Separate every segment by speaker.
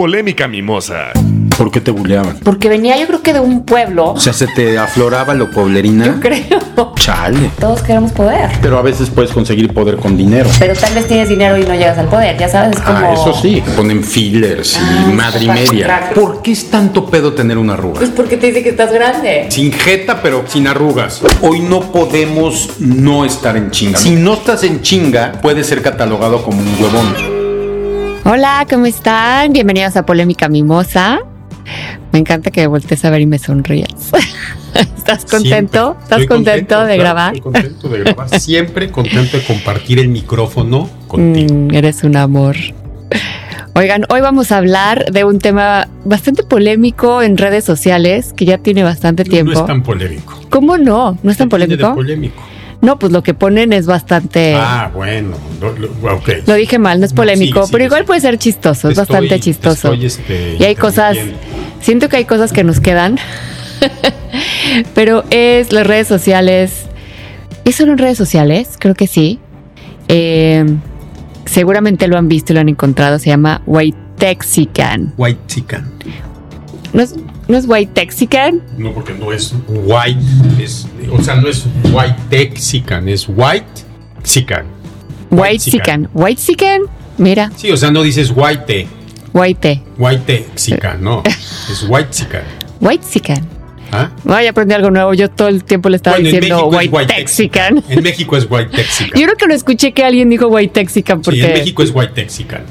Speaker 1: Polémica mimosa.
Speaker 2: ¿Por qué te buleaban?
Speaker 3: Porque venía yo creo que de un pueblo.
Speaker 2: O sea, se te afloraba lo
Speaker 3: Yo
Speaker 2: poblerina.
Speaker 3: creo.
Speaker 2: Chale.
Speaker 3: Todos queremos poder.
Speaker 2: Pero a veces puedes conseguir poder con dinero.
Speaker 3: Pero tal vez tienes dinero y no llegas al poder, ya sabes, es como...
Speaker 2: Ah, eso sí. Ponen fillers
Speaker 3: Ah,
Speaker 2: y madre y
Speaker 3: para
Speaker 2: media.
Speaker 3: comprar.
Speaker 2: ¿Por qué es tanto pedo tener una arruga?
Speaker 3: Pues porque te dice que estás grande.
Speaker 2: Sin jeta, pero sin arrugas. Hoy no podemos no estar en chinga. Si no estás en chinga, puedes ser catalogado como un huevón.
Speaker 4: Hola, ¿cómo están? Bienvenidos a Polémica Mimosa. Me encanta que voltees a ver y me sonrías. ¿Estás contento?
Speaker 5: Siempre.
Speaker 4: ¿Estás
Speaker 5: pues, Estoy
Speaker 4: contento, de
Speaker 5: claro,
Speaker 4: grabar?
Speaker 5: Estoy contento de grabar. Siempre contento de compartir el micrófono contigo.
Speaker 4: Mm, eres un amor. Oigan, hoy vamos a hablar de un tema bastante polémico en redes sociales que ya tiene bastante Mm, tiempo.
Speaker 5: No es tan polémico.
Speaker 4: ¿Cómo no? ¿No es tan
Speaker 5: ¿Qué tiene de
Speaker 4: polémico?
Speaker 5: polémico?
Speaker 4: No, pues lo que ponen es bastante...
Speaker 5: Ah, bueno. lo- lo- ok.
Speaker 4: Lo dije mal, no es
Speaker 5: No,
Speaker 4: polémico,
Speaker 5: sigue, sigue,
Speaker 4: pero igual
Speaker 5: sigue.
Speaker 4: puede ser chistoso,
Speaker 5: Te
Speaker 4: es bastante
Speaker 5: estoy- te
Speaker 4: chistoso.
Speaker 5: estoy, este,
Speaker 4: Y hay cosas,
Speaker 5: interrumpiendo.
Speaker 4: siento que hay cosas que nos quedan, pero es las redes sociales. ¿Y son redes sociales? Creo que sí. Eh, seguramente lo han visto y lo han encontrado. Se llama White Texican.
Speaker 5: White chicken.
Speaker 4: ¿No es, no es White Texican?
Speaker 5: No, porque no es white. Es, o sea, no es white texican, es white chican.
Speaker 4: White Texican. White Texican. Mira,
Speaker 5: Sí, o sea, no dices white,
Speaker 4: White.
Speaker 5: white texican, no. Es white chican.
Speaker 4: White Texican.
Speaker 5: ¿Ah?
Speaker 4: Ay, aprendí algo nuevo. Yo todo el tiempo le estaba
Speaker 5: Bueno, en
Speaker 4: diciendo
Speaker 5: México es
Speaker 4: White, Texican.
Speaker 5: En México es white texican.
Speaker 4: Yo creo que no escuché que alguien dijo White Texican porque.
Speaker 5: Sí, en México es white texican.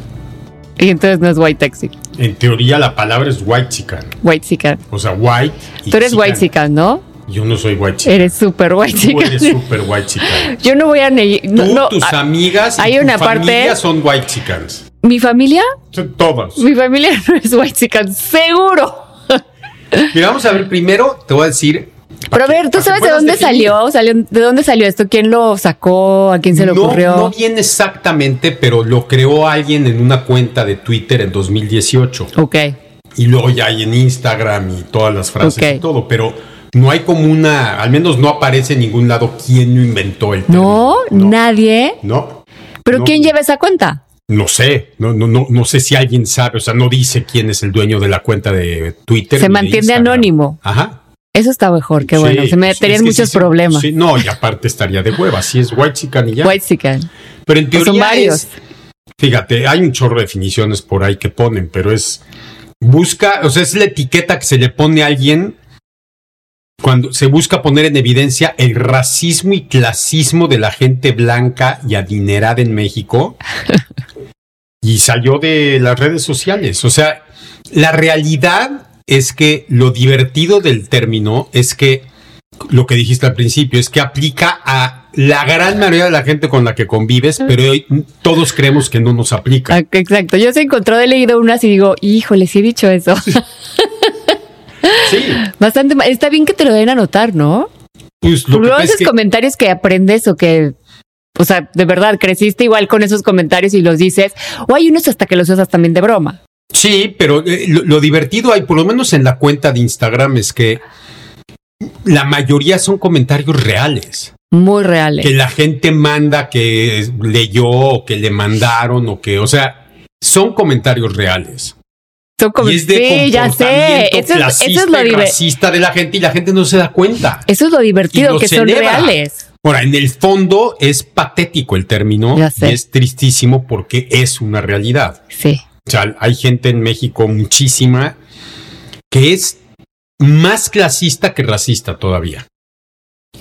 Speaker 4: Y entonces no es White Texi,
Speaker 5: En teoría la palabra es white chican.
Speaker 4: White Sican.
Speaker 5: O sea, white. y
Speaker 4: Tú eres
Speaker 5: chican.
Speaker 4: White Sican, ¿no?
Speaker 5: Yo no soy white chican.
Speaker 4: Eres súper White
Speaker 5: Tú eres
Speaker 4: Sican.
Speaker 5: súper white chican.
Speaker 4: Yo no voy a negar. No,
Speaker 5: Tú,
Speaker 4: no,
Speaker 5: tus
Speaker 4: a-
Speaker 5: amigas y
Speaker 4: hay
Speaker 5: tu
Speaker 4: una
Speaker 5: familia
Speaker 4: parte-
Speaker 5: son white chicans.
Speaker 4: mi familia,
Speaker 5: Todas.
Speaker 4: mi familia no es White Sican, seguro.
Speaker 2: Mira, vamos a ver primero, te voy a decir.
Speaker 4: Pero a ver, ¿tú
Speaker 5: para que
Speaker 4: sabes de
Speaker 5: puedas
Speaker 4: dónde
Speaker 5: definir?
Speaker 4: salió? salió? ¿De dónde salió esto? ¿Quién lo sacó? ¿A quién se le
Speaker 2: no,
Speaker 4: ocurrió?
Speaker 2: no bien exactamente, pero lo creó alguien en una cuenta de Twitter en 2018.
Speaker 4: ok.
Speaker 5: Y luego ya hay en Instagram y todas las frases
Speaker 4: Ok.
Speaker 5: y todo, pero no hay como una, al menos no aparece en ningún lado quién lo inventó el
Speaker 4: No,
Speaker 5: término.
Speaker 4: nadie.
Speaker 5: No,
Speaker 4: ¿Pero
Speaker 5: No.
Speaker 4: quién lleva esa cuenta?
Speaker 5: No sé, no, no, no, no sé si alguien sabe, o sea, no dice quién es el dueño de la cuenta de Twitter.
Speaker 4: Se
Speaker 5: ni de
Speaker 4: mantiene
Speaker 5: Instagram.
Speaker 4: anónimo.
Speaker 5: Ajá.
Speaker 4: Eso está mejor, qué
Speaker 5: Sí,
Speaker 4: bueno. Se
Speaker 5: pues,
Speaker 4: me
Speaker 5: es
Speaker 4: meterían
Speaker 5: que sí,
Speaker 4: muchos
Speaker 5: sí,
Speaker 4: problemas.
Speaker 5: sí, no, y aparte estaría de hueva, si es white chican y ya.
Speaker 4: White Sican.
Speaker 5: pero en teoría
Speaker 4: son varios.
Speaker 5: es- fíjate, hay un chorro de definiciones por ahí que ponen, pero es busca, o sea, es la etiqueta que se le pone a alguien cuando se busca poner en evidencia el racismo y clasismo de la gente blanca y adinerada en México. y salió de las redes sociales. O sea, la realidad es que lo divertido del término es que lo que dijiste al principio es que aplica a la gran mayoría de la gente con la que convives, pero hoy todos creemos que no nos aplica.
Speaker 4: Ah, Exacto. Yo se encontró, he leído unas y digo, híjole, sí he dicho eso.
Speaker 5: Sí,
Speaker 4: Bastante mal. Está bien que te lo den a notar, ¿no?
Speaker 5: pues lo que
Speaker 4: Luego
Speaker 5: pasa es
Speaker 4: esos
Speaker 5: que
Speaker 4: comentarios que aprendes o que, o sea, de verdad, creciste igual con esos comentarios y los dices, o hay unos hasta que los usas también de broma.
Speaker 5: Sí, pero eh, lo, lo divertido hay, por lo menos en la cuenta de Instagram, es que la mayoría son comentarios reales,
Speaker 4: Muy reales.
Speaker 5: que la gente manda, que leyó, o que le mandaron, o que, o sea, son comentarios reales.
Speaker 4: Son como-
Speaker 5: y es de
Speaker 4: sí, ya sé.
Speaker 5: comportamiento
Speaker 4: Eso es,
Speaker 5: clasista
Speaker 4: eso es lo
Speaker 5: y
Speaker 4: diver-
Speaker 5: racista de la gente y la gente no se da cuenta.
Speaker 4: Eso es lo
Speaker 5: Y
Speaker 4: divertido,
Speaker 5: lo
Speaker 4: que son
Speaker 5: celebra.
Speaker 4: reales.
Speaker 5: Ahora, en el fondo es patético el término
Speaker 4: Ya sé.
Speaker 5: y es tristísimo porque es una realidad.
Speaker 4: Sí.
Speaker 5: O sea, hay gente en México muchísima que es más clasista que racista todavía.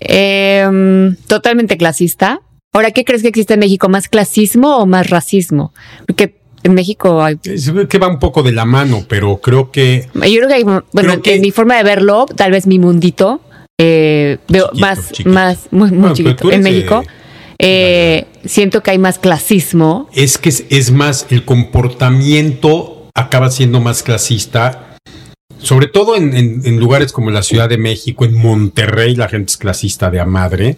Speaker 4: Em, totalmente clasista. Ahora, ¿qué crees que existe en México? ¿Más clasismo o más racismo? Porque en México hay
Speaker 5: Es que va un poco de la mano, pero creo que
Speaker 4: Yo creo que, hay- bueno,
Speaker 5: Creo que-
Speaker 4: en mi forma de verlo, tal vez mi mundito, eh, veo
Speaker 5: Chiquito,
Speaker 4: más,
Speaker 5: chiquito.
Speaker 4: más, muy, muy
Speaker 5: Bueno, pero
Speaker 4: chiquito.
Speaker 5: tú
Speaker 4: En
Speaker 5: eres de-
Speaker 4: México, eh, siento que hay más clasismo.
Speaker 5: es que es, es más el comportamiento acaba siendo más clasista, sobre todo en, en- en lugares como la Ciudad de México, en Monterrey la gente es clasista de a madre.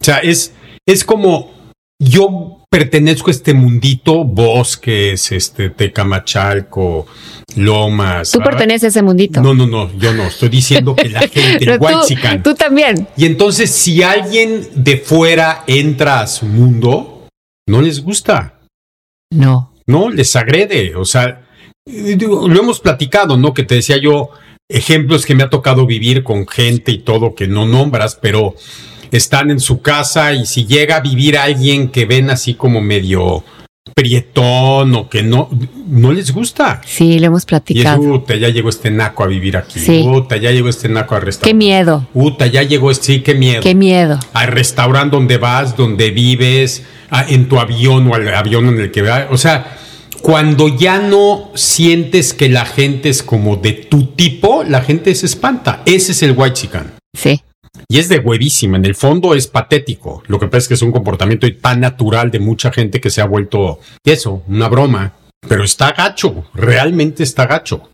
Speaker 5: O sea, es, es como yo pertenezco a este mundito, bosques, este Tecamachalco, Lomas.
Speaker 4: Tú
Speaker 5: ah,
Speaker 4: perteneces a ese mundito.
Speaker 5: No, no, no, yo no. Estoy diciendo que la gente, el
Speaker 4: Pero tú,
Speaker 5: huaychican.
Speaker 4: tú también.
Speaker 5: Y entonces, si alguien de fuera entra a su mundo, no les gusta,
Speaker 4: No.
Speaker 5: no les agrede. O sea, eh, digo, lo hemos platicado, ¿no? Que te decía yo ejemplos que me ha tocado vivir con gente y todo que no nombras, pero están en su casa y si llega a vivir alguien que ven así como medio prietón o que no, no les gusta.
Speaker 4: Sí, lo hemos
Speaker 5: Y es,
Speaker 4: platicado.
Speaker 5: puta, ya llegó este naco a vivir aquí.
Speaker 4: Sí.
Speaker 5: Puta, ya llegó este naco a restaurar.
Speaker 4: Qué miedo,
Speaker 5: Puta, ya llegó este, sí, qué miedo.
Speaker 4: qué miedo.
Speaker 5: Al restaurante donde vas, donde vives, a- en tu avión o al avión en el que vas. O sea, cuando ya no sientes que la gente es como de tu tipo, la gente se espanta. Ese es el white chican.
Speaker 4: Sí,
Speaker 5: Y es de huevísima. En el fondo es patético. Lo que pasa es que es un comportamiento tan natural de mucha gente que se ha vuelto eso, una broma. Pero está gacho. Realmente está gacho.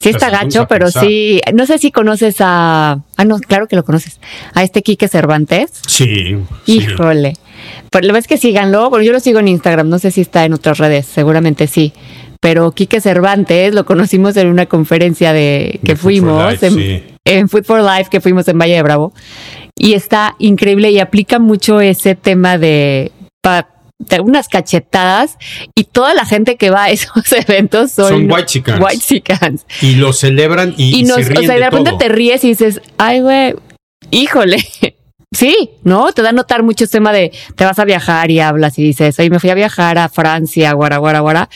Speaker 4: sí está
Speaker 5: Las pones
Speaker 4: gacho,
Speaker 5: a
Speaker 4: pero
Speaker 5: pensar.
Speaker 4: sí. No sé si conoces a. Ah, no, claro que lo conoces. A este Quique Cervantes.
Speaker 5: Sí.
Speaker 4: Híjole. Pero la vez que síganlo, bueno, yo lo sigo en Instagram, no sé si está en otras redes, seguramente sí. Pero Quique Cervantes lo conocimos en una conferencia de que
Speaker 5: De Food for
Speaker 4: fuimos
Speaker 5: Life,
Speaker 4: en,
Speaker 5: sí.
Speaker 4: en Food for Life, que fuimos en Valle de Bravo. Y está increíble y aplica mucho ese tema de, pa- de unas cachetadas y toda la gente que va a esos eventos son,
Speaker 5: Son whitexicans.
Speaker 4: whitexicans.
Speaker 5: Y lo celebran y,
Speaker 4: Y,
Speaker 5: y
Speaker 4: nos,
Speaker 5: se
Speaker 4: o
Speaker 5: ríen
Speaker 4: sea, de,
Speaker 5: de
Speaker 4: repente
Speaker 5: todo.
Speaker 4: te ríes y dices, ay, güey, híjole. Sí, ¿no? Te da a notar mucho el tema de te vas a viajar y hablas y dices, oye, me fui a viajar a Francia, guara, guara, guara.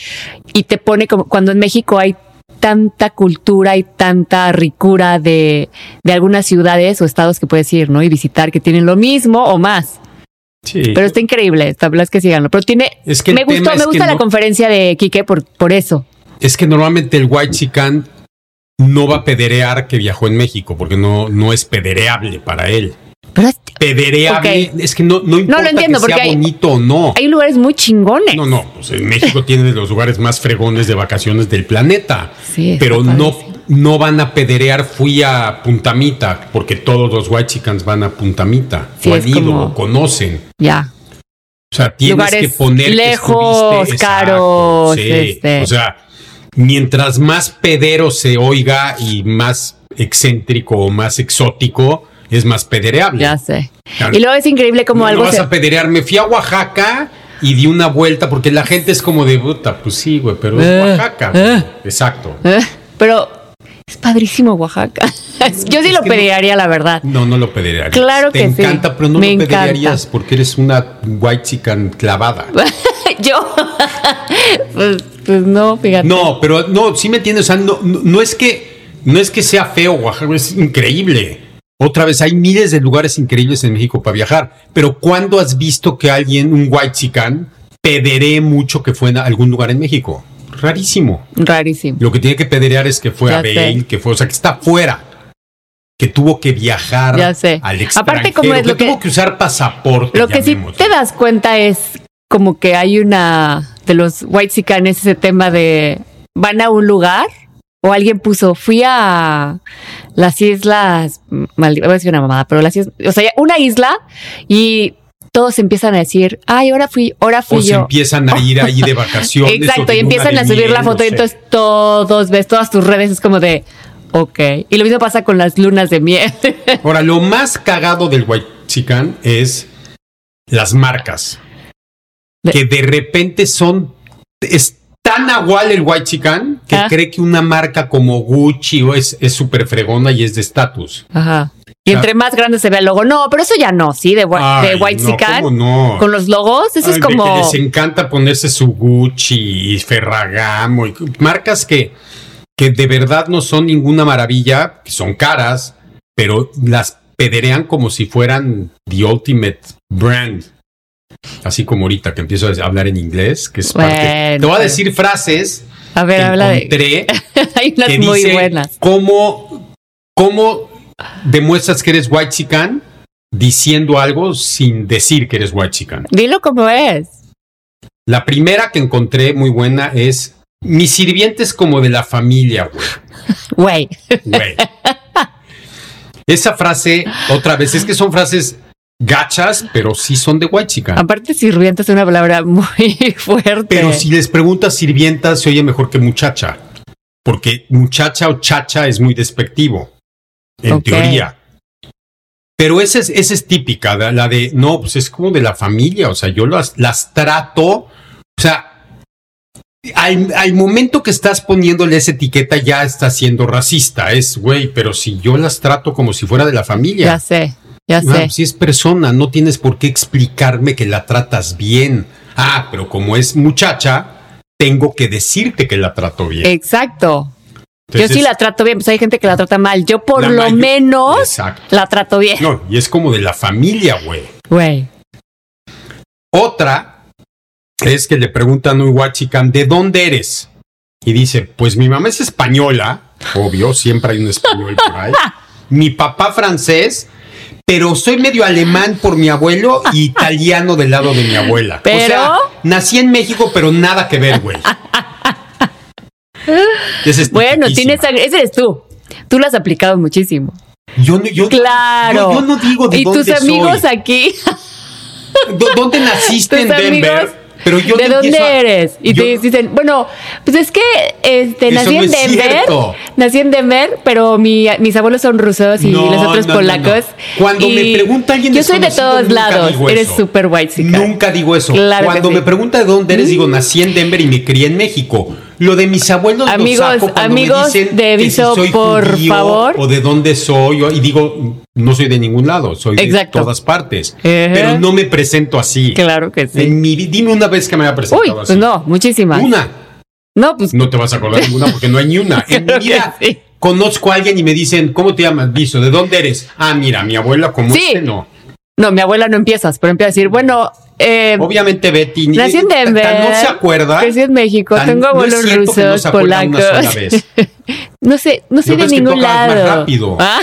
Speaker 4: Y te pone como cuando en México hay tanta cultura y tanta ricura de, de algunas ciudades o estados que puedes ir, ¿no? Y visitar que tienen lo mismo o más.
Speaker 5: Sí.
Speaker 4: Pero está increíble, está es que síganlo. Pero tiene,
Speaker 5: Es que el
Speaker 4: me
Speaker 5: tema
Speaker 4: gustó,
Speaker 5: es
Speaker 4: me
Speaker 5: que
Speaker 4: gusta la
Speaker 5: no-
Speaker 4: conferencia de Quique por, por eso.
Speaker 5: Es que normalmente el white chican no va a pederear que viajó en México porque no, no es pedereable para él.
Speaker 4: Pero es-
Speaker 5: Pedereable es que no, no importa
Speaker 4: entiendo,
Speaker 5: que sea
Speaker 4: porque hay-
Speaker 5: bonito o no.
Speaker 4: hay lugares muy chingones.
Speaker 5: No, no, pues en México tiene de los lugares más fregones de vacaciones del planeta.
Speaker 4: Sí, está
Speaker 5: pero no,
Speaker 4: padrísimo.
Speaker 5: no van a pederear, fui a Puntamita, porque todos los huachicans van a Puntamita,
Speaker 4: Sí,
Speaker 5: o han
Speaker 4: es
Speaker 5: ido,
Speaker 4: como-
Speaker 5: o conocen.
Speaker 4: Ya.
Speaker 5: O sea, tienes
Speaker 4: Lugares
Speaker 5: que poner que
Speaker 4: lejos,
Speaker 5: estuviste-
Speaker 4: caros,
Speaker 5: sí.
Speaker 4: este.
Speaker 5: O sea, mientras más pedero se oiga y más excéntrico o más exótico, es más pedereable.
Speaker 4: Ya sé.
Speaker 5: Claro.
Speaker 4: Y luego es increíble como
Speaker 5: no,
Speaker 4: algo
Speaker 5: no vas
Speaker 4: se-
Speaker 5: a pederear. Me fui a Oaxaca y di una vuelta porque la gente es como de puta, pues sí, güey, pero es
Speaker 4: Eh,
Speaker 5: Oaxaca.
Speaker 4: eh.
Speaker 5: Exacto.
Speaker 4: Eh, Pero es padrísimo Oaxaca. Yo sí
Speaker 5: Es
Speaker 4: lo
Speaker 5: que no-
Speaker 4: pediría, la verdad.
Speaker 5: No, no lo pederearías.
Speaker 4: Claro
Speaker 5: Te
Speaker 4: que sí.
Speaker 5: encanta, pero no
Speaker 4: Me
Speaker 5: lo pederearías
Speaker 4: encanta.
Speaker 5: porque eres una white chican clavada.
Speaker 4: Yo. pues, pues no, fíjate.
Speaker 5: No, pero no, sí me entiendes. O sea, no, no- no es que no es que sea feo Oaxaca, es increíble. Otra vez, hay miles de lugares increíbles en México para viajar. Pero ¿cuándo has visto que alguien, un white chican, pederee mucho que fue en algún lugar en México? Rarísimo.
Speaker 4: Rarísimo.
Speaker 5: Lo que tiene que pederear es que fue
Speaker 4: Ya
Speaker 5: a
Speaker 4: sé.
Speaker 5: Bale, que fue, o sea, que está fuera. Que tuvo que viajar
Speaker 4: Ya sé.
Speaker 5: al extranjero.
Speaker 4: Aparte, como es lo que-
Speaker 5: tuvo que usar pasaporte.
Speaker 4: Lo que sí
Speaker 5: llamémoslo.
Speaker 4: te das cuenta es como que hay una de los white sicanes ese tema de van a un lugar o alguien puso fui a las islas Maldivas, voy a decir una mamada, pero las islas, o sea, una isla y todos empiezan a decir, ay, ahora fui, ahora fui
Speaker 5: O se
Speaker 4: yo.
Speaker 5: empiezan a ir ahí de vacaciones. o
Speaker 4: Exacto,
Speaker 5: de
Speaker 4: y
Speaker 5: luna
Speaker 4: empiezan
Speaker 5: de
Speaker 4: a subir
Speaker 5: miel,
Speaker 4: la foto
Speaker 5: no
Speaker 4: y
Speaker 5: sé.
Speaker 4: entonces todos ves todas tus redes es como de ok. Y lo mismo pasa con las lunas de miel.
Speaker 5: Ahora, lo más cagado del White Chican es las marcas.
Speaker 4: De-
Speaker 5: Que de repente son. Es tan agual el White Chican que
Speaker 4: Ah.
Speaker 5: cree que una marca como Gucci o es es súper fregona y es de estatus.
Speaker 4: Ajá. Y entre más grande se ve el logo. No, pero eso ya no, sí, de, wa- de
Speaker 5: Ay,
Speaker 4: White
Speaker 5: no,
Speaker 4: Sican.
Speaker 5: ¿cómo no?
Speaker 4: Con los logos, eso
Speaker 5: Ay,
Speaker 4: es
Speaker 5: de
Speaker 4: como.
Speaker 5: que les encanta ponerse su Gucci y Ferragamo y marcas que, que de verdad no son ninguna maravilla, que son caras, pero las pederean como si fueran the ultimate brand. Así como ahorita que empiezo a hablar en inglés, que es parte.
Speaker 4: Bueno,
Speaker 5: Te voy a
Speaker 4: pero-
Speaker 5: decir frases
Speaker 4: A ver,
Speaker 5: que
Speaker 4: habla de.
Speaker 5: encontré
Speaker 4: Hay unas
Speaker 5: que
Speaker 4: muy
Speaker 5: dice
Speaker 4: buenas.
Speaker 5: cómo, cómo demuestras que eres white chican diciendo algo sin decir que eres white chican.
Speaker 4: Dilo como es.
Speaker 5: La primera que encontré muy buena es mi sirviente es como de la familia, güey.
Speaker 4: Güey.
Speaker 5: güey". Esa frase, otra vez, es que son frases gachas, pero sí son de huachica.
Speaker 4: Aparte, sirviente es una palabra muy fuerte.
Speaker 5: Ah. Pero si les preguntas sirvienta, se oye mejor que muchacha. Porque muchacha o chacha es muy despectivo, en
Speaker 4: Ok.
Speaker 5: teoría. Pero esa es, esa es típica, la, la de, no, pues es como de la familia, o sea, yo las, las trato, o sea, al, al momento que estás poniéndole esa etiqueta ya estás siendo racista. Es, güey, pero si yo las trato como si fuera de la familia.
Speaker 4: Ya sé, ya
Speaker 5: Ah,
Speaker 4: sé.
Speaker 5: si es persona, no tienes por qué explicarme que la tratas bien. Ah, pero como es muchacha, tengo que decirte que la trato bien.
Speaker 4: Exacto.
Speaker 5: Entonces,
Speaker 4: Eh, yo sí la trato bien, pues hay gente que la trata mal. Yo por
Speaker 5: La
Speaker 4: lo
Speaker 5: mayor-
Speaker 4: menos
Speaker 5: Exacto.
Speaker 4: la trato bien.
Speaker 5: No, y es como de la familia, güey.
Speaker 4: Güey.
Speaker 5: Otra es que le preguntan a un huachican, ¿de dónde eres? Y dice, pues mi mamá es española, obvio, siempre hay un español por ahí. Mi papá francés, pero soy medio alemán por mi abuelo y italiano del lado de mi abuela. O sea,
Speaker 4: Pero-
Speaker 5: nací en México, pero nada que ver, güey. Esa es este
Speaker 4: Bueno,
Speaker 5: tipiquísima.
Speaker 4: tienes sangre. Ese eres tú. Tú la has aplicado muchísimo.
Speaker 5: Yo no, yo,
Speaker 4: Claro.
Speaker 5: yo- yo no digo de
Speaker 4: Y
Speaker 5: dónde
Speaker 4: tus amigos
Speaker 5: soy.
Speaker 4: aquí.
Speaker 5: ¿Dó- ¿Dónde naciste en
Speaker 4: tus
Speaker 5: Denver?
Speaker 4: amigos,
Speaker 5: pero yo
Speaker 4: ¿De
Speaker 5: te
Speaker 4: dónde
Speaker 5: empiezo a-
Speaker 4: eres? Y
Speaker 5: yo-
Speaker 4: te dicen, bueno, pues es que este,
Speaker 5: Eso
Speaker 4: nací
Speaker 5: no
Speaker 4: en
Speaker 5: es
Speaker 4: Denver.
Speaker 5: cierto.
Speaker 4: Nací en Denver, pero mi- mis abuelos son rusos y
Speaker 5: No,
Speaker 4: los otros
Speaker 5: no, no,
Speaker 4: polacos.
Speaker 5: no. Cuando
Speaker 4: Y
Speaker 5: me pregunta alguien
Speaker 4: Yo soy de
Speaker 5: desconocido,
Speaker 4: todos
Speaker 5: nunca
Speaker 4: lados.
Speaker 5: digo
Speaker 4: Eres
Speaker 5: eso.
Speaker 4: súper white, chica.
Speaker 5: Nunca digo eso.
Speaker 4: Claro que
Speaker 5: Cuando
Speaker 4: sí.
Speaker 5: me pregunta de dónde eres, digo, nací en Denver y me crié en México. Lo de mis abuelos lo
Speaker 4: Amigos,
Speaker 5: saco cuando
Speaker 4: amigos
Speaker 5: me dicen
Speaker 4: de
Speaker 5: que si
Speaker 4: Viso,
Speaker 5: soy
Speaker 4: por
Speaker 5: judío
Speaker 4: favor.
Speaker 5: O de dónde soy. o- Y digo, no soy de ningún lado, soy
Speaker 4: Exacto.
Speaker 5: de todas partes.
Speaker 4: Ejé.
Speaker 5: Pero no me presento así.
Speaker 4: Claro que sí.
Speaker 5: En mi vi- dime una vez que me haya presentado
Speaker 4: Uy,
Speaker 5: así.
Speaker 4: pues no, muchísimas.
Speaker 5: Una.
Speaker 4: No, pues
Speaker 5: No te vas a acordar de ninguna porque no hay ni una. En mi
Speaker 4: Claro que
Speaker 5: vida
Speaker 4: sí.
Speaker 5: conozco a alguien y me dicen, ¿cómo te llamas? Viso, ¿de dónde eres? Ah, mira, mi abuela como
Speaker 4: Sí.
Speaker 5: este no.
Speaker 4: no, mi abuela no empiezas, pero empieza a decir, bueno, eh,
Speaker 5: Obviamente Betty ni-
Speaker 4: nací en
Speaker 5: tan- tan
Speaker 4: Denver.
Speaker 5: no se acuerda.
Speaker 4: Crecí en México,
Speaker 5: Tan-
Speaker 4: tengo
Speaker 5: no es
Speaker 4: abuelos
Speaker 5: cierto que no
Speaker 4: rusos,
Speaker 5: se acuerda una
Speaker 4: polacos.
Speaker 5: sola vez.
Speaker 4: no sé, no soy
Speaker 5: Lo
Speaker 4: de
Speaker 5: ves que
Speaker 4: ningún
Speaker 5: tocas más
Speaker 4: lado.
Speaker 5: rápido.
Speaker 4: Ah,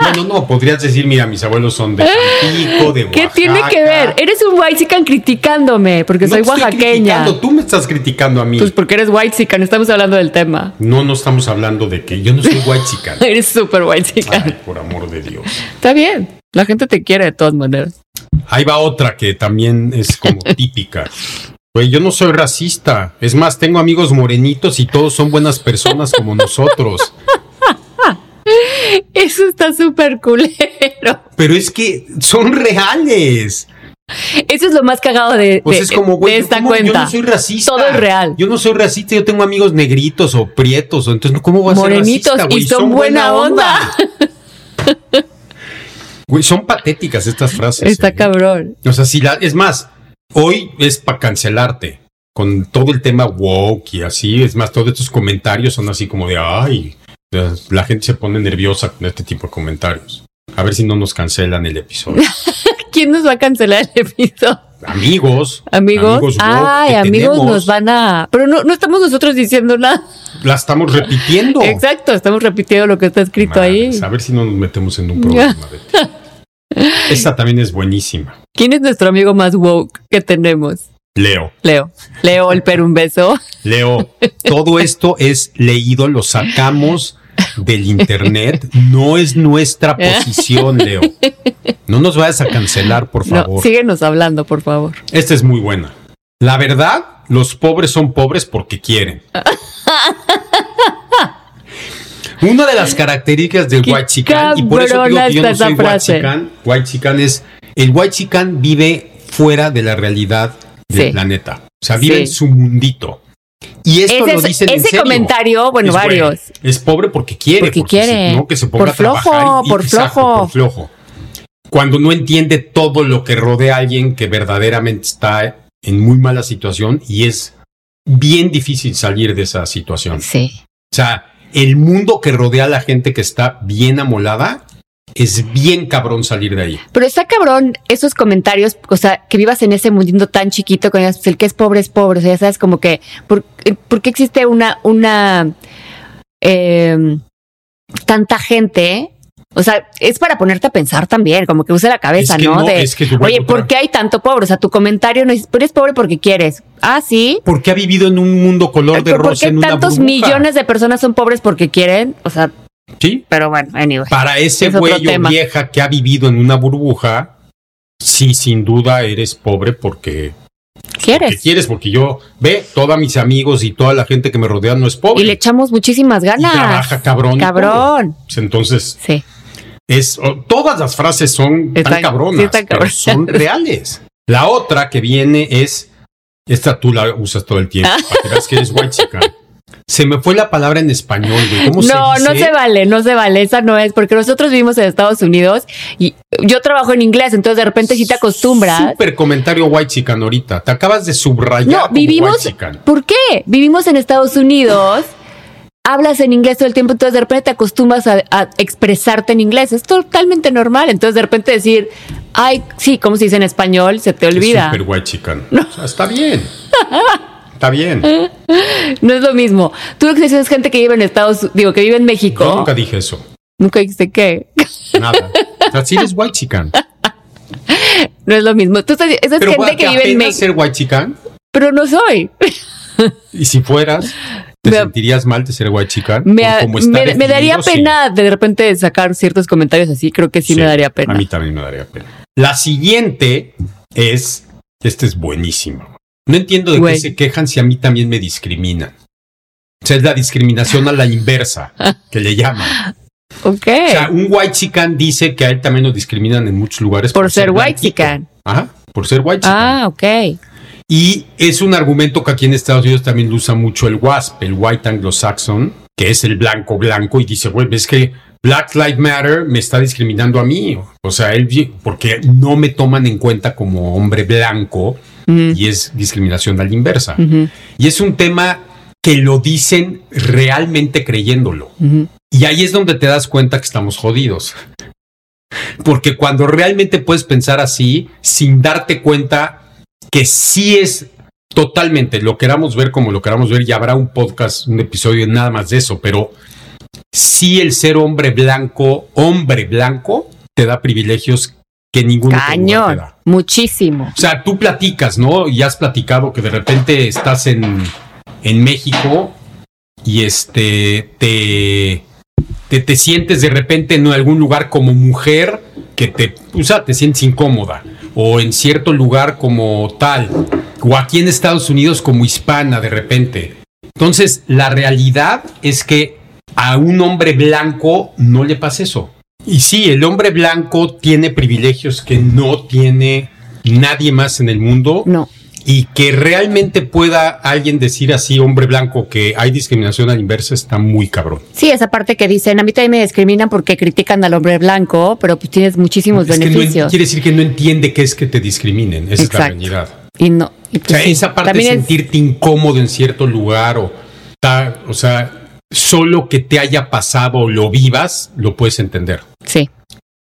Speaker 5: Bueno, no, podrías decir, mira, mis abuelos son de Tampico, de
Speaker 4: ¿Qué tiene que
Speaker 5: Oaxaca.
Speaker 4: ver? Eres un white criticándome porque
Speaker 5: No
Speaker 4: soy
Speaker 5: te estoy
Speaker 4: oaxaqueña.
Speaker 5: criticando, Tú me estás criticando a mí.
Speaker 4: Pues porque eres white estamos hablando del tema.
Speaker 5: no, no estamos hablando de que yo no soy huachican.
Speaker 4: Eres súper white
Speaker 5: Ay, por amor de Dios.
Speaker 4: Está bien. La gente te quiere de todas maneras.
Speaker 5: Ahí va otra que también es como típica. Güey, yo no soy racista. Es más, tengo amigos morenitos y todos son buenas personas como nosotros.
Speaker 4: Eso está súper culero.
Speaker 5: Pero es que son reales.
Speaker 4: Eso es lo más cagado de,
Speaker 5: Pues
Speaker 4: de-
Speaker 5: es como,
Speaker 4: de
Speaker 5: güey, yo,
Speaker 4: esta
Speaker 5: ¿cómo?
Speaker 4: cuenta.
Speaker 5: yo no soy racista.
Speaker 4: Todo es real.
Speaker 5: Yo no soy racista, yo tengo amigos negritos o prietos, o entonces, ¿cómo voy a
Speaker 4: Morenitos,
Speaker 5: ser racista, güey?
Speaker 4: y son buena
Speaker 5: Güey, son patéticas estas frases.
Speaker 4: está
Speaker 5: eh.
Speaker 4: cabrón.
Speaker 5: O sea, si la, es más, hoy es para cancelarte. Con todo el tema woke y así, es más, todos estos comentarios son así como de, ay, la- la gente se pone nerviosa con este tipo de comentarios. A ver si no nos cancelan el episodio.
Speaker 4: ¿Quién nos va a cancelar el episodio?
Speaker 5: amigos,
Speaker 4: Amigos,
Speaker 5: woke
Speaker 4: ay,
Speaker 5: que
Speaker 4: amigos
Speaker 5: tenemos,
Speaker 4: nos van a. Pero no, no estamos nosotros diciendo nada.
Speaker 5: la estamos repitiendo.
Speaker 4: Exacto, estamos repitiendo lo que está escrito ahí.
Speaker 5: Madres, A ver si no nos metemos en un problema. Betty. Esta también es buenísima.
Speaker 4: ¿Quién es nuestro amigo más woke que tenemos?
Speaker 5: Leo,
Speaker 4: Leo. Leo, el Perú, un beso.
Speaker 5: Leo, todo esto es leído, lo sacamos del internet, no es nuestra posición, Leo. No nos vayas a cancelar, por
Speaker 4: No,
Speaker 5: favor.
Speaker 4: síguenos hablando, por favor.
Speaker 5: Esta es muy buena. La verdad, los pobres son pobres porque quieren. Una de las características del
Speaker 4: Qué
Speaker 5: white chican, y por eso digo
Speaker 4: cabrona
Speaker 5: que yo no
Speaker 4: está
Speaker 5: soy
Speaker 4: esa
Speaker 5: white
Speaker 4: frase.
Speaker 5: chican, white chican es, el white chican vive fuera de la realidad del
Speaker 4: Sí.
Speaker 5: planeta. O sea, vive
Speaker 4: Sí.
Speaker 5: en su mundito. Y esto
Speaker 4: Ese
Speaker 5: lo
Speaker 4: es-
Speaker 5: dicen en
Speaker 4: ese
Speaker 5: serio.
Speaker 4: comentario, bueno,
Speaker 5: Es
Speaker 4: varios.
Speaker 5: Es pobre porque quiere.
Speaker 4: Porque quiere.
Speaker 5: si no, que se ponga
Speaker 4: Por
Speaker 5: a trabajar
Speaker 4: flojo,
Speaker 5: y-
Speaker 4: por
Speaker 5: exacto,
Speaker 4: flojo.
Speaker 5: por flojo cuando no entiende todo lo que rodea a alguien que verdaderamente está en muy mala situación y es bien difícil salir de esa situación.
Speaker 4: Sí.
Speaker 5: O sea, el mundo que rodea a la gente que está bien amolada es bien cabrón salir de ahí.
Speaker 4: Pero está cabrón esos comentarios, o sea, que vivas en ese mundito tan chiquito, con esas, pues, el que es pobre es pobre, o sea, ya sabes como que, ¿por, eh, por qué existe una, una, eh, tanta gente? O sea, es para ponerte a pensar también, como que usa la cabeza,
Speaker 5: Es que
Speaker 4: ¿no?
Speaker 5: no,
Speaker 4: De,
Speaker 5: es que yo voy
Speaker 4: oye,
Speaker 5: otra-
Speaker 4: ¿por qué hay tanto pobre? O sea, tu comentario no es, pero eres pobre porque quieres. Ah, sí.
Speaker 5: Porque ha vivido en un mundo color de
Speaker 4: ¿Por por
Speaker 5: rosa
Speaker 4: qué
Speaker 5: en una
Speaker 4: tantos
Speaker 5: burbuja?
Speaker 4: millones de personas son pobres porque quieren? O sea,
Speaker 5: Sí,
Speaker 4: pero bueno, anyway.
Speaker 5: para ese
Speaker 4: Es otro
Speaker 5: güey o
Speaker 4: tema.
Speaker 5: vieja que ha vivido en una burbuja, sí, sin duda eres pobre porque que
Speaker 4: ¿Quieres?
Speaker 5: quieres, porque yo ve, todos mis amigos y toda la gente que me rodea no es pobre.
Speaker 4: Y le echamos muchísimas
Speaker 5: Y
Speaker 4: ganas.
Speaker 5: trabaja cabrón. y todo.
Speaker 4: Cabrón.
Speaker 5: Pues entonces,
Speaker 4: Sí.
Speaker 5: es, o- todas las frases son tan
Speaker 4: Están-
Speaker 5: cabronas,
Speaker 4: sí, están
Speaker 5: pero
Speaker 4: cabronas.
Speaker 5: son reales. La otra que viene es Esta tú la usas todo el tiempo. Para que veas que eres white chica. Se me fue la palabra en español, güey. ¿Cómo se
Speaker 4: No,
Speaker 5: dice?
Speaker 4: no se vale, no se vale, esa no es, porque nosotros vivimos en Estados Unidos y yo trabajo en inglés, entonces de repente si te acostumbras.
Speaker 5: Súper comentario white chican ahorita. Te acabas de subrayar.
Speaker 4: No,
Speaker 5: como
Speaker 4: vivimos.
Speaker 5: whitexican.
Speaker 4: ¿Por qué? Vivimos en Estados Unidos, hablas en inglés todo el tiempo, entonces de repente te acostumbras a, a expresarte en inglés. Es totalmente normal. Entonces de repente decir, ay, sí, ¿cómo se dice en español? Se te olvida.
Speaker 5: Súper white chican. O sea, está bien. Está bien.
Speaker 4: No es lo mismo. Tú lo que dices es gente que vive en Estados digo, que vive en México.
Speaker 5: Yo nunca dije eso.
Speaker 4: Nunca dijiste qué.
Speaker 5: Nada. Así eres white chican.
Speaker 4: No es lo mismo. Tú estás, esa es
Speaker 5: Pero
Speaker 4: gente
Speaker 5: güey,
Speaker 4: que
Speaker 5: ¿te
Speaker 4: vive en
Speaker 5: apena
Speaker 4: México.
Speaker 5: ser white chican?
Speaker 4: Pero no soy.
Speaker 5: Y si fueras, ¿te
Speaker 4: Me-
Speaker 5: sentirías mal de ser white chican?
Speaker 4: Me,
Speaker 5: Por
Speaker 4: a-
Speaker 5: cómo está
Speaker 4: me- me
Speaker 5: definido,
Speaker 4: daría
Speaker 5: sí.
Speaker 4: pena de repente sacar ciertos comentarios así. Creo que sí, me daría pena.
Speaker 5: A mí también me daría pena. La siguiente es, este es buenísimo. No entiendo de
Speaker 4: Güey.
Speaker 5: qué se quejan si a mí también me discriminan. O sea, es la discriminación a la inversa, que le llaman.
Speaker 4: Ok.
Speaker 5: O sea, un white chican dice que a él también lo discriminan en muchos lugares.
Speaker 4: por ser white
Speaker 5: blanquito.
Speaker 4: chican.
Speaker 5: Ajá, por ser white chican.
Speaker 4: Ah, ok.
Speaker 5: Y es un argumento que aquí en Estados Unidos también lo usa mucho el WASP, el White Anglo-Saxon, que es el blanco blanco, y dice, güey, es que Black Lives Matter me está discriminando a mí. O sea, él, vi- porque no me toman en cuenta como hombre blanco y es discriminación a la inversa.
Speaker 4: Mm.
Speaker 5: Y es un tema que lo dicen realmente creyéndolo. Y ahí es donde te das cuenta que estamos jodidos. Porque cuando realmente puedes pensar así, sin darte cuenta que sí es totalmente, lo queramos ver como lo queramos ver, y habrá un podcast, un episodio nada más de eso, pero sí el ser hombre blanco, hombre blanco, te da privilegios que ningún otro lugar te
Speaker 4: Cañón.
Speaker 5: da.
Speaker 4: Muchísimo.
Speaker 5: O sea, tú platicas, ¿no? Y has platicado que de repente estás en, en México y este te, te te sientes de repente en algún lugar como mujer que te, o sea, te sientes incómoda o en cierto lugar como tal o aquí en Estados Unidos como hispana de repente. Entonces, la realidad es que a un hombre blanco no le pasa eso. Y sí, el hombre blanco tiene privilegios que no tiene nadie más en el mundo
Speaker 4: No.
Speaker 5: y que realmente pueda alguien decir así, hombre blanco, que hay discriminación a la inversa, está muy cabrón.
Speaker 4: Sí, esa parte que dicen, a mí también me discriminan porque critican al hombre blanco, pero pues tienes muchísimos
Speaker 5: Es que no en-
Speaker 4: beneficios.
Speaker 5: quiere decir que no entiende qué es que te discriminen, esa es la
Speaker 4: Exacto.
Speaker 5: realidad.
Speaker 4: y no. y
Speaker 5: O sea,
Speaker 4: pues sí,
Speaker 5: esa parte de
Speaker 4: también es-
Speaker 5: sentirte incómodo en cierto lugar o ta- o sea, solo que te haya pasado o lo vivas, lo puedes entender.
Speaker 4: sí.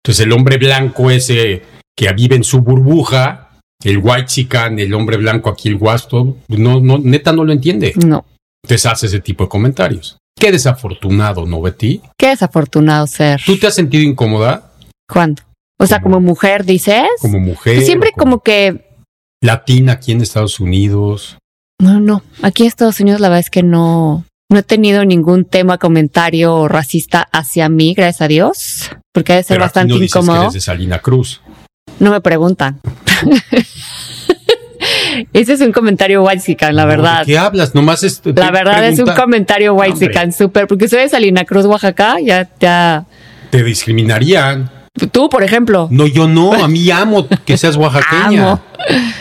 Speaker 5: Entonces el hombre blanco ese que vive en su burbuja, el white chican, el hombre blanco aquí, el guasto, no, no, neta no lo entiende.
Speaker 4: No.
Speaker 5: Entonces hace ese tipo de comentarios. Qué desafortunado, ¿no, Betty?
Speaker 4: Qué desafortunado ser.
Speaker 5: ¿Tú te has sentido incómoda
Speaker 4: ¿Cuándo? O sea,
Speaker 5: Como-
Speaker 4: como mujer dices.
Speaker 5: como mujer?
Speaker 4: Pues siempre
Speaker 5: o como,
Speaker 4: como que.
Speaker 5: latina aquí en Estados Unidos.
Speaker 4: No, no. Aquí en Estados Unidos la verdad es que no. No he tenido ningún tema, comentario racista hacia mí, gracias a Dios, porque ha de ser
Speaker 5: Pero aquí
Speaker 4: bastante
Speaker 5: no dices que
Speaker 4: incómodo.
Speaker 5: eres de Salina Cruz.
Speaker 4: No me preguntan. Ese es un comentario guaysican, la
Speaker 5: No, ¿de
Speaker 4: verdad.
Speaker 5: ¿Qué hablas? Nomás es
Speaker 4: La verdad es un
Speaker 5: pregunta-
Speaker 4: comentario guaysican, súper, porque soy de Salina Cruz, Oaxaca, ya, ya.
Speaker 5: Te discriminarían.
Speaker 4: Tú, por ejemplo.
Speaker 5: No, yo no. A mí amo que seas oaxaqueña.
Speaker 4: Pues, Amo.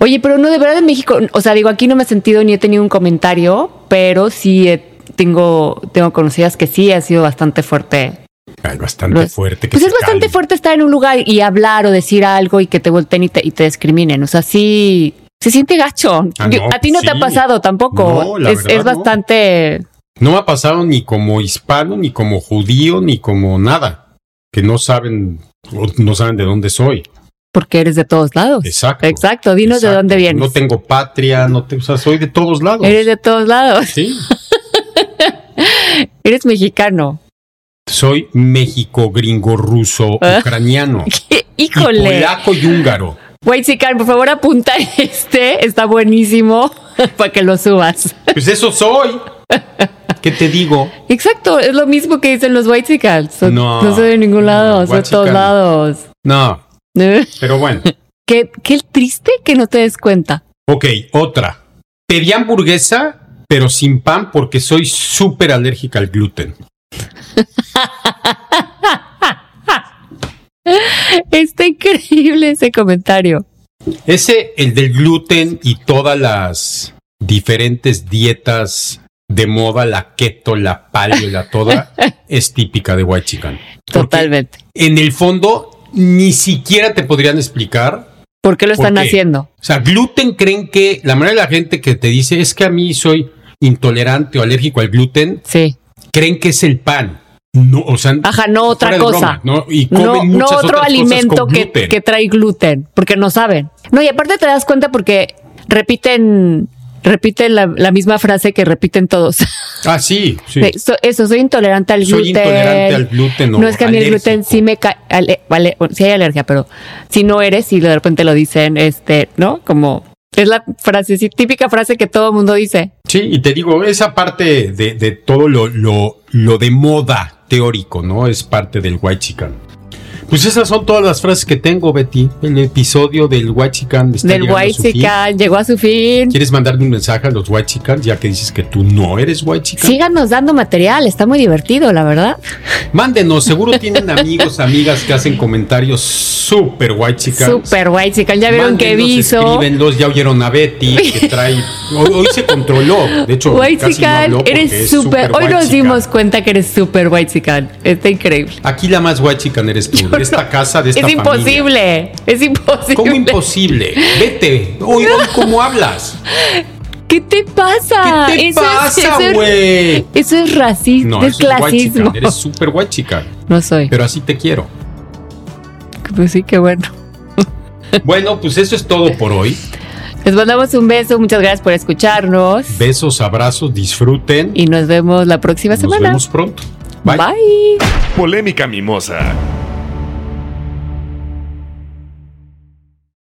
Speaker 4: Oye, pero no, de verdad en México, o sea, digo, aquí no me he sentido ni he tenido un comentario, pero sí eh, tengo, tengo conocidas que sí ha sido bastante fuerte.
Speaker 5: Ay, bastante
Speaker 4: Los-
Speaker 5: fuerte. que
Speaker 4: Pues
Speaker 5: se
Speaker 4: es bastante
Speaker 5: calmen.
Speaker 4: fuerte estar en un lugar y hablar o decir algo y que te volteen y te, y te discriminen. O sea, sí se siente gacho.
Speaker 5: Ah,
Speaker 4: Yo-
Speaker 5: no,
Speaker 4: a ti no te
Speaker 5: sí.
Speaker 4: ha pasado tampoco.
Speaker 5: No, la
Speaker 4: es,
Speaker 5: verdad,
Speaker 4: es
Speaker 5: no.
Speaker 4: bastante.
Speaker 5: No me ha pasado ni como hispano, ni como judío, ni como nada. Que no saben, o no saben de dónde soy.
Speaker 4: Porque eres de todos lados.
Speaker 5: Exacto.
Speaker 4: Exacto. Dinos de
Speaker 5: Exacto.
Speaker 4: dónde vienes.
Speaker 5: No tengo patria, no te, o sea, soy de todos lados.
Speaker 4: Eres de todos lados.
Speaker 5: Sí.
Speaker 4: Eres mexicano.
Speaker 5: Soy México, gringo, ruso,
Speaker 4: Ah.
Speaker 5: ucraniano, y
Speaker 4: Híjole.
Speaker 5: polaco y húngaro.
Speaker 4: White Sican, por favor apunta este, está buenísimo para que lo subas.
Speaker 5: Pues eso soy. ¿Qué te digo?
Speaker 4: Exacto, es lo mismo que dicen los White Sican. Son-
Speaker 5: No.
Speaker 4: No, soy de ningún lado,
Speaker 5: No,
Speaker 4: soy de todos
Speaker 5: Huachican.
Speaker 4: lados.
Speaker 5: No,
Speaker 4: Eh,
Speaker 5: pero bueno.
Speaker 4: Qué, qué triste que no te des cuenta.
Speaker 5: Ok, otra. Pedí hamburguesa, pero sin pan porque soy súper alérgica al gluten.
Speaker 4: Está increíble ese comentario.
Speaker 5: Ese, el del gluten y todas las diferentes dietas de moda, la keto, la paleo, la toda, es típica de White Chicken.
Speaker 4: Totalmente.
Speaker 5: En el fondo, ni siquiera te podrían explicar
Speaker 4: ¿Por qué lo
Speaker 5: ¿Por
Speaker 4: están
Speaker 5: qué?
Speaker 4: haciendo?
Speaker 5: O sea, gluten creen que la mayoría de la gente que te dice es que a mí soy intolerante o alérgico al gluten,
Speaker 4: Sí.
Speaker 5: creen que es el pan. No, o sea,
Speaker 4: Ajá, no otra
Speaker 5: fuera de
Speaker 4: cosa.
Speaker 5: broma, ¿no? Y comen
Speaker 4: No, no
Speaker 5: muchas otras
Speaker 4: otro
Speaker 5: cosas
Speaker 4: alimento
Speaker 5: con
Speaker 4: que,
Speaker 5: gluten.
Speaker 4: que trae gluten, porque no saben. No, y aparte te das cuenta porque repiten, repiten la, la misma frase que repiten todos.
Speaker 5: Ah, sí, sí.
Speaker 4: Sí, so- eso, soy intolerante al
Speaker 5: Soy
Speaker 4: gluten.
Speaker 5: intolerante al gluten o
Speaker 4: No es que a mí el gluten
Speaker 5: alérgico.
Speaker 4: sí me cae. Vale, sí hay alergia, pero si no eres y de repente lo dicen, este, ¿no? Como es la frase, sí, típica frase que todo el mundo dice.
Speaker 5: Sí, y te digo, esa parte de, de todo lo, lo, lo de moda teórico, ¿no? Es parte del White Chicken. Pues esas son todas las frases que tengo, Betty. El episodio del White Chicken está
Speaker 4: del
Speaker 5: llegando a
Speaker 4: white
Speaker 5: su fin.
Speaker 4: chican llegó a su fin.
Speaker 5: ¿Quieres mandarle un mensaje a los White Chicken ya que dices que tú no eres White Chicken?
Speaker 4: Síganos dando material, está muy divertido, la verdad.
Speaker 5: Mándenos, seguro tienen amigos, amigas que hacen comentarios súper guay, chicas.
Speaker 4: Super white chican, ya vieron que viso.
Speaker 5: Escríbenlos, ya oyeron a Betty, que trae. Hoy, hoy se controló. De hecho,
Speaker 4: White
Speaker 5: casi no
Speaker 4: chican,
Speaker 5: habló porque
Speaker 4: eres
Speaker 5: es
Speaker 4: súper. Hoy nos
Speaker 5: guachican.
Speaker 4: dimos cuenta que eres súper white chican. Está increíble.
Speaker 5: Aquí la más guay, chican eres tú, de esta casa, de esta
Speaker 4: es
Speaker 5: familia.
Speaker 4: imposible, es imposible.
Speaker 5: ¿Cómo imposible? Vete. Hoy, hoy, ¿cómo hablas?
Speaker 4: ¿Qué te pasa?
Speaker 5: ¿Qué te
Speaker 4: Eso es-
Speaker 5: pasa,
Speaker 4: eso es-
Speaker 5: güey?
Speaker 4: Eso es racismo,
Speaker 5: No,
Speaker 4: es
Speaker 5: eso es guay,
Speaker 4: clasismo.
Speaker 5: chican. Eres súper guay, chican.
Speaker 4: No soy.
Speaker 5: Pero así te quiero.
Speaker 4: Pues sí, qué bueno.
Speaker 5: Bueno, pues eso es todo por hoy.
Speaker 4: Les mandamos un beso, muchas gracias por escucharnos
Speaker 5: Besos, abrazos, disfruten.
Speaker 4: y nos vemos la próxima
Speaker 5: Nos
Speaker 4: semana.
Speaker 5: vemos pronto. Bye.
Speaker 4: Bye.
Speaker 1: Polémica Mimosa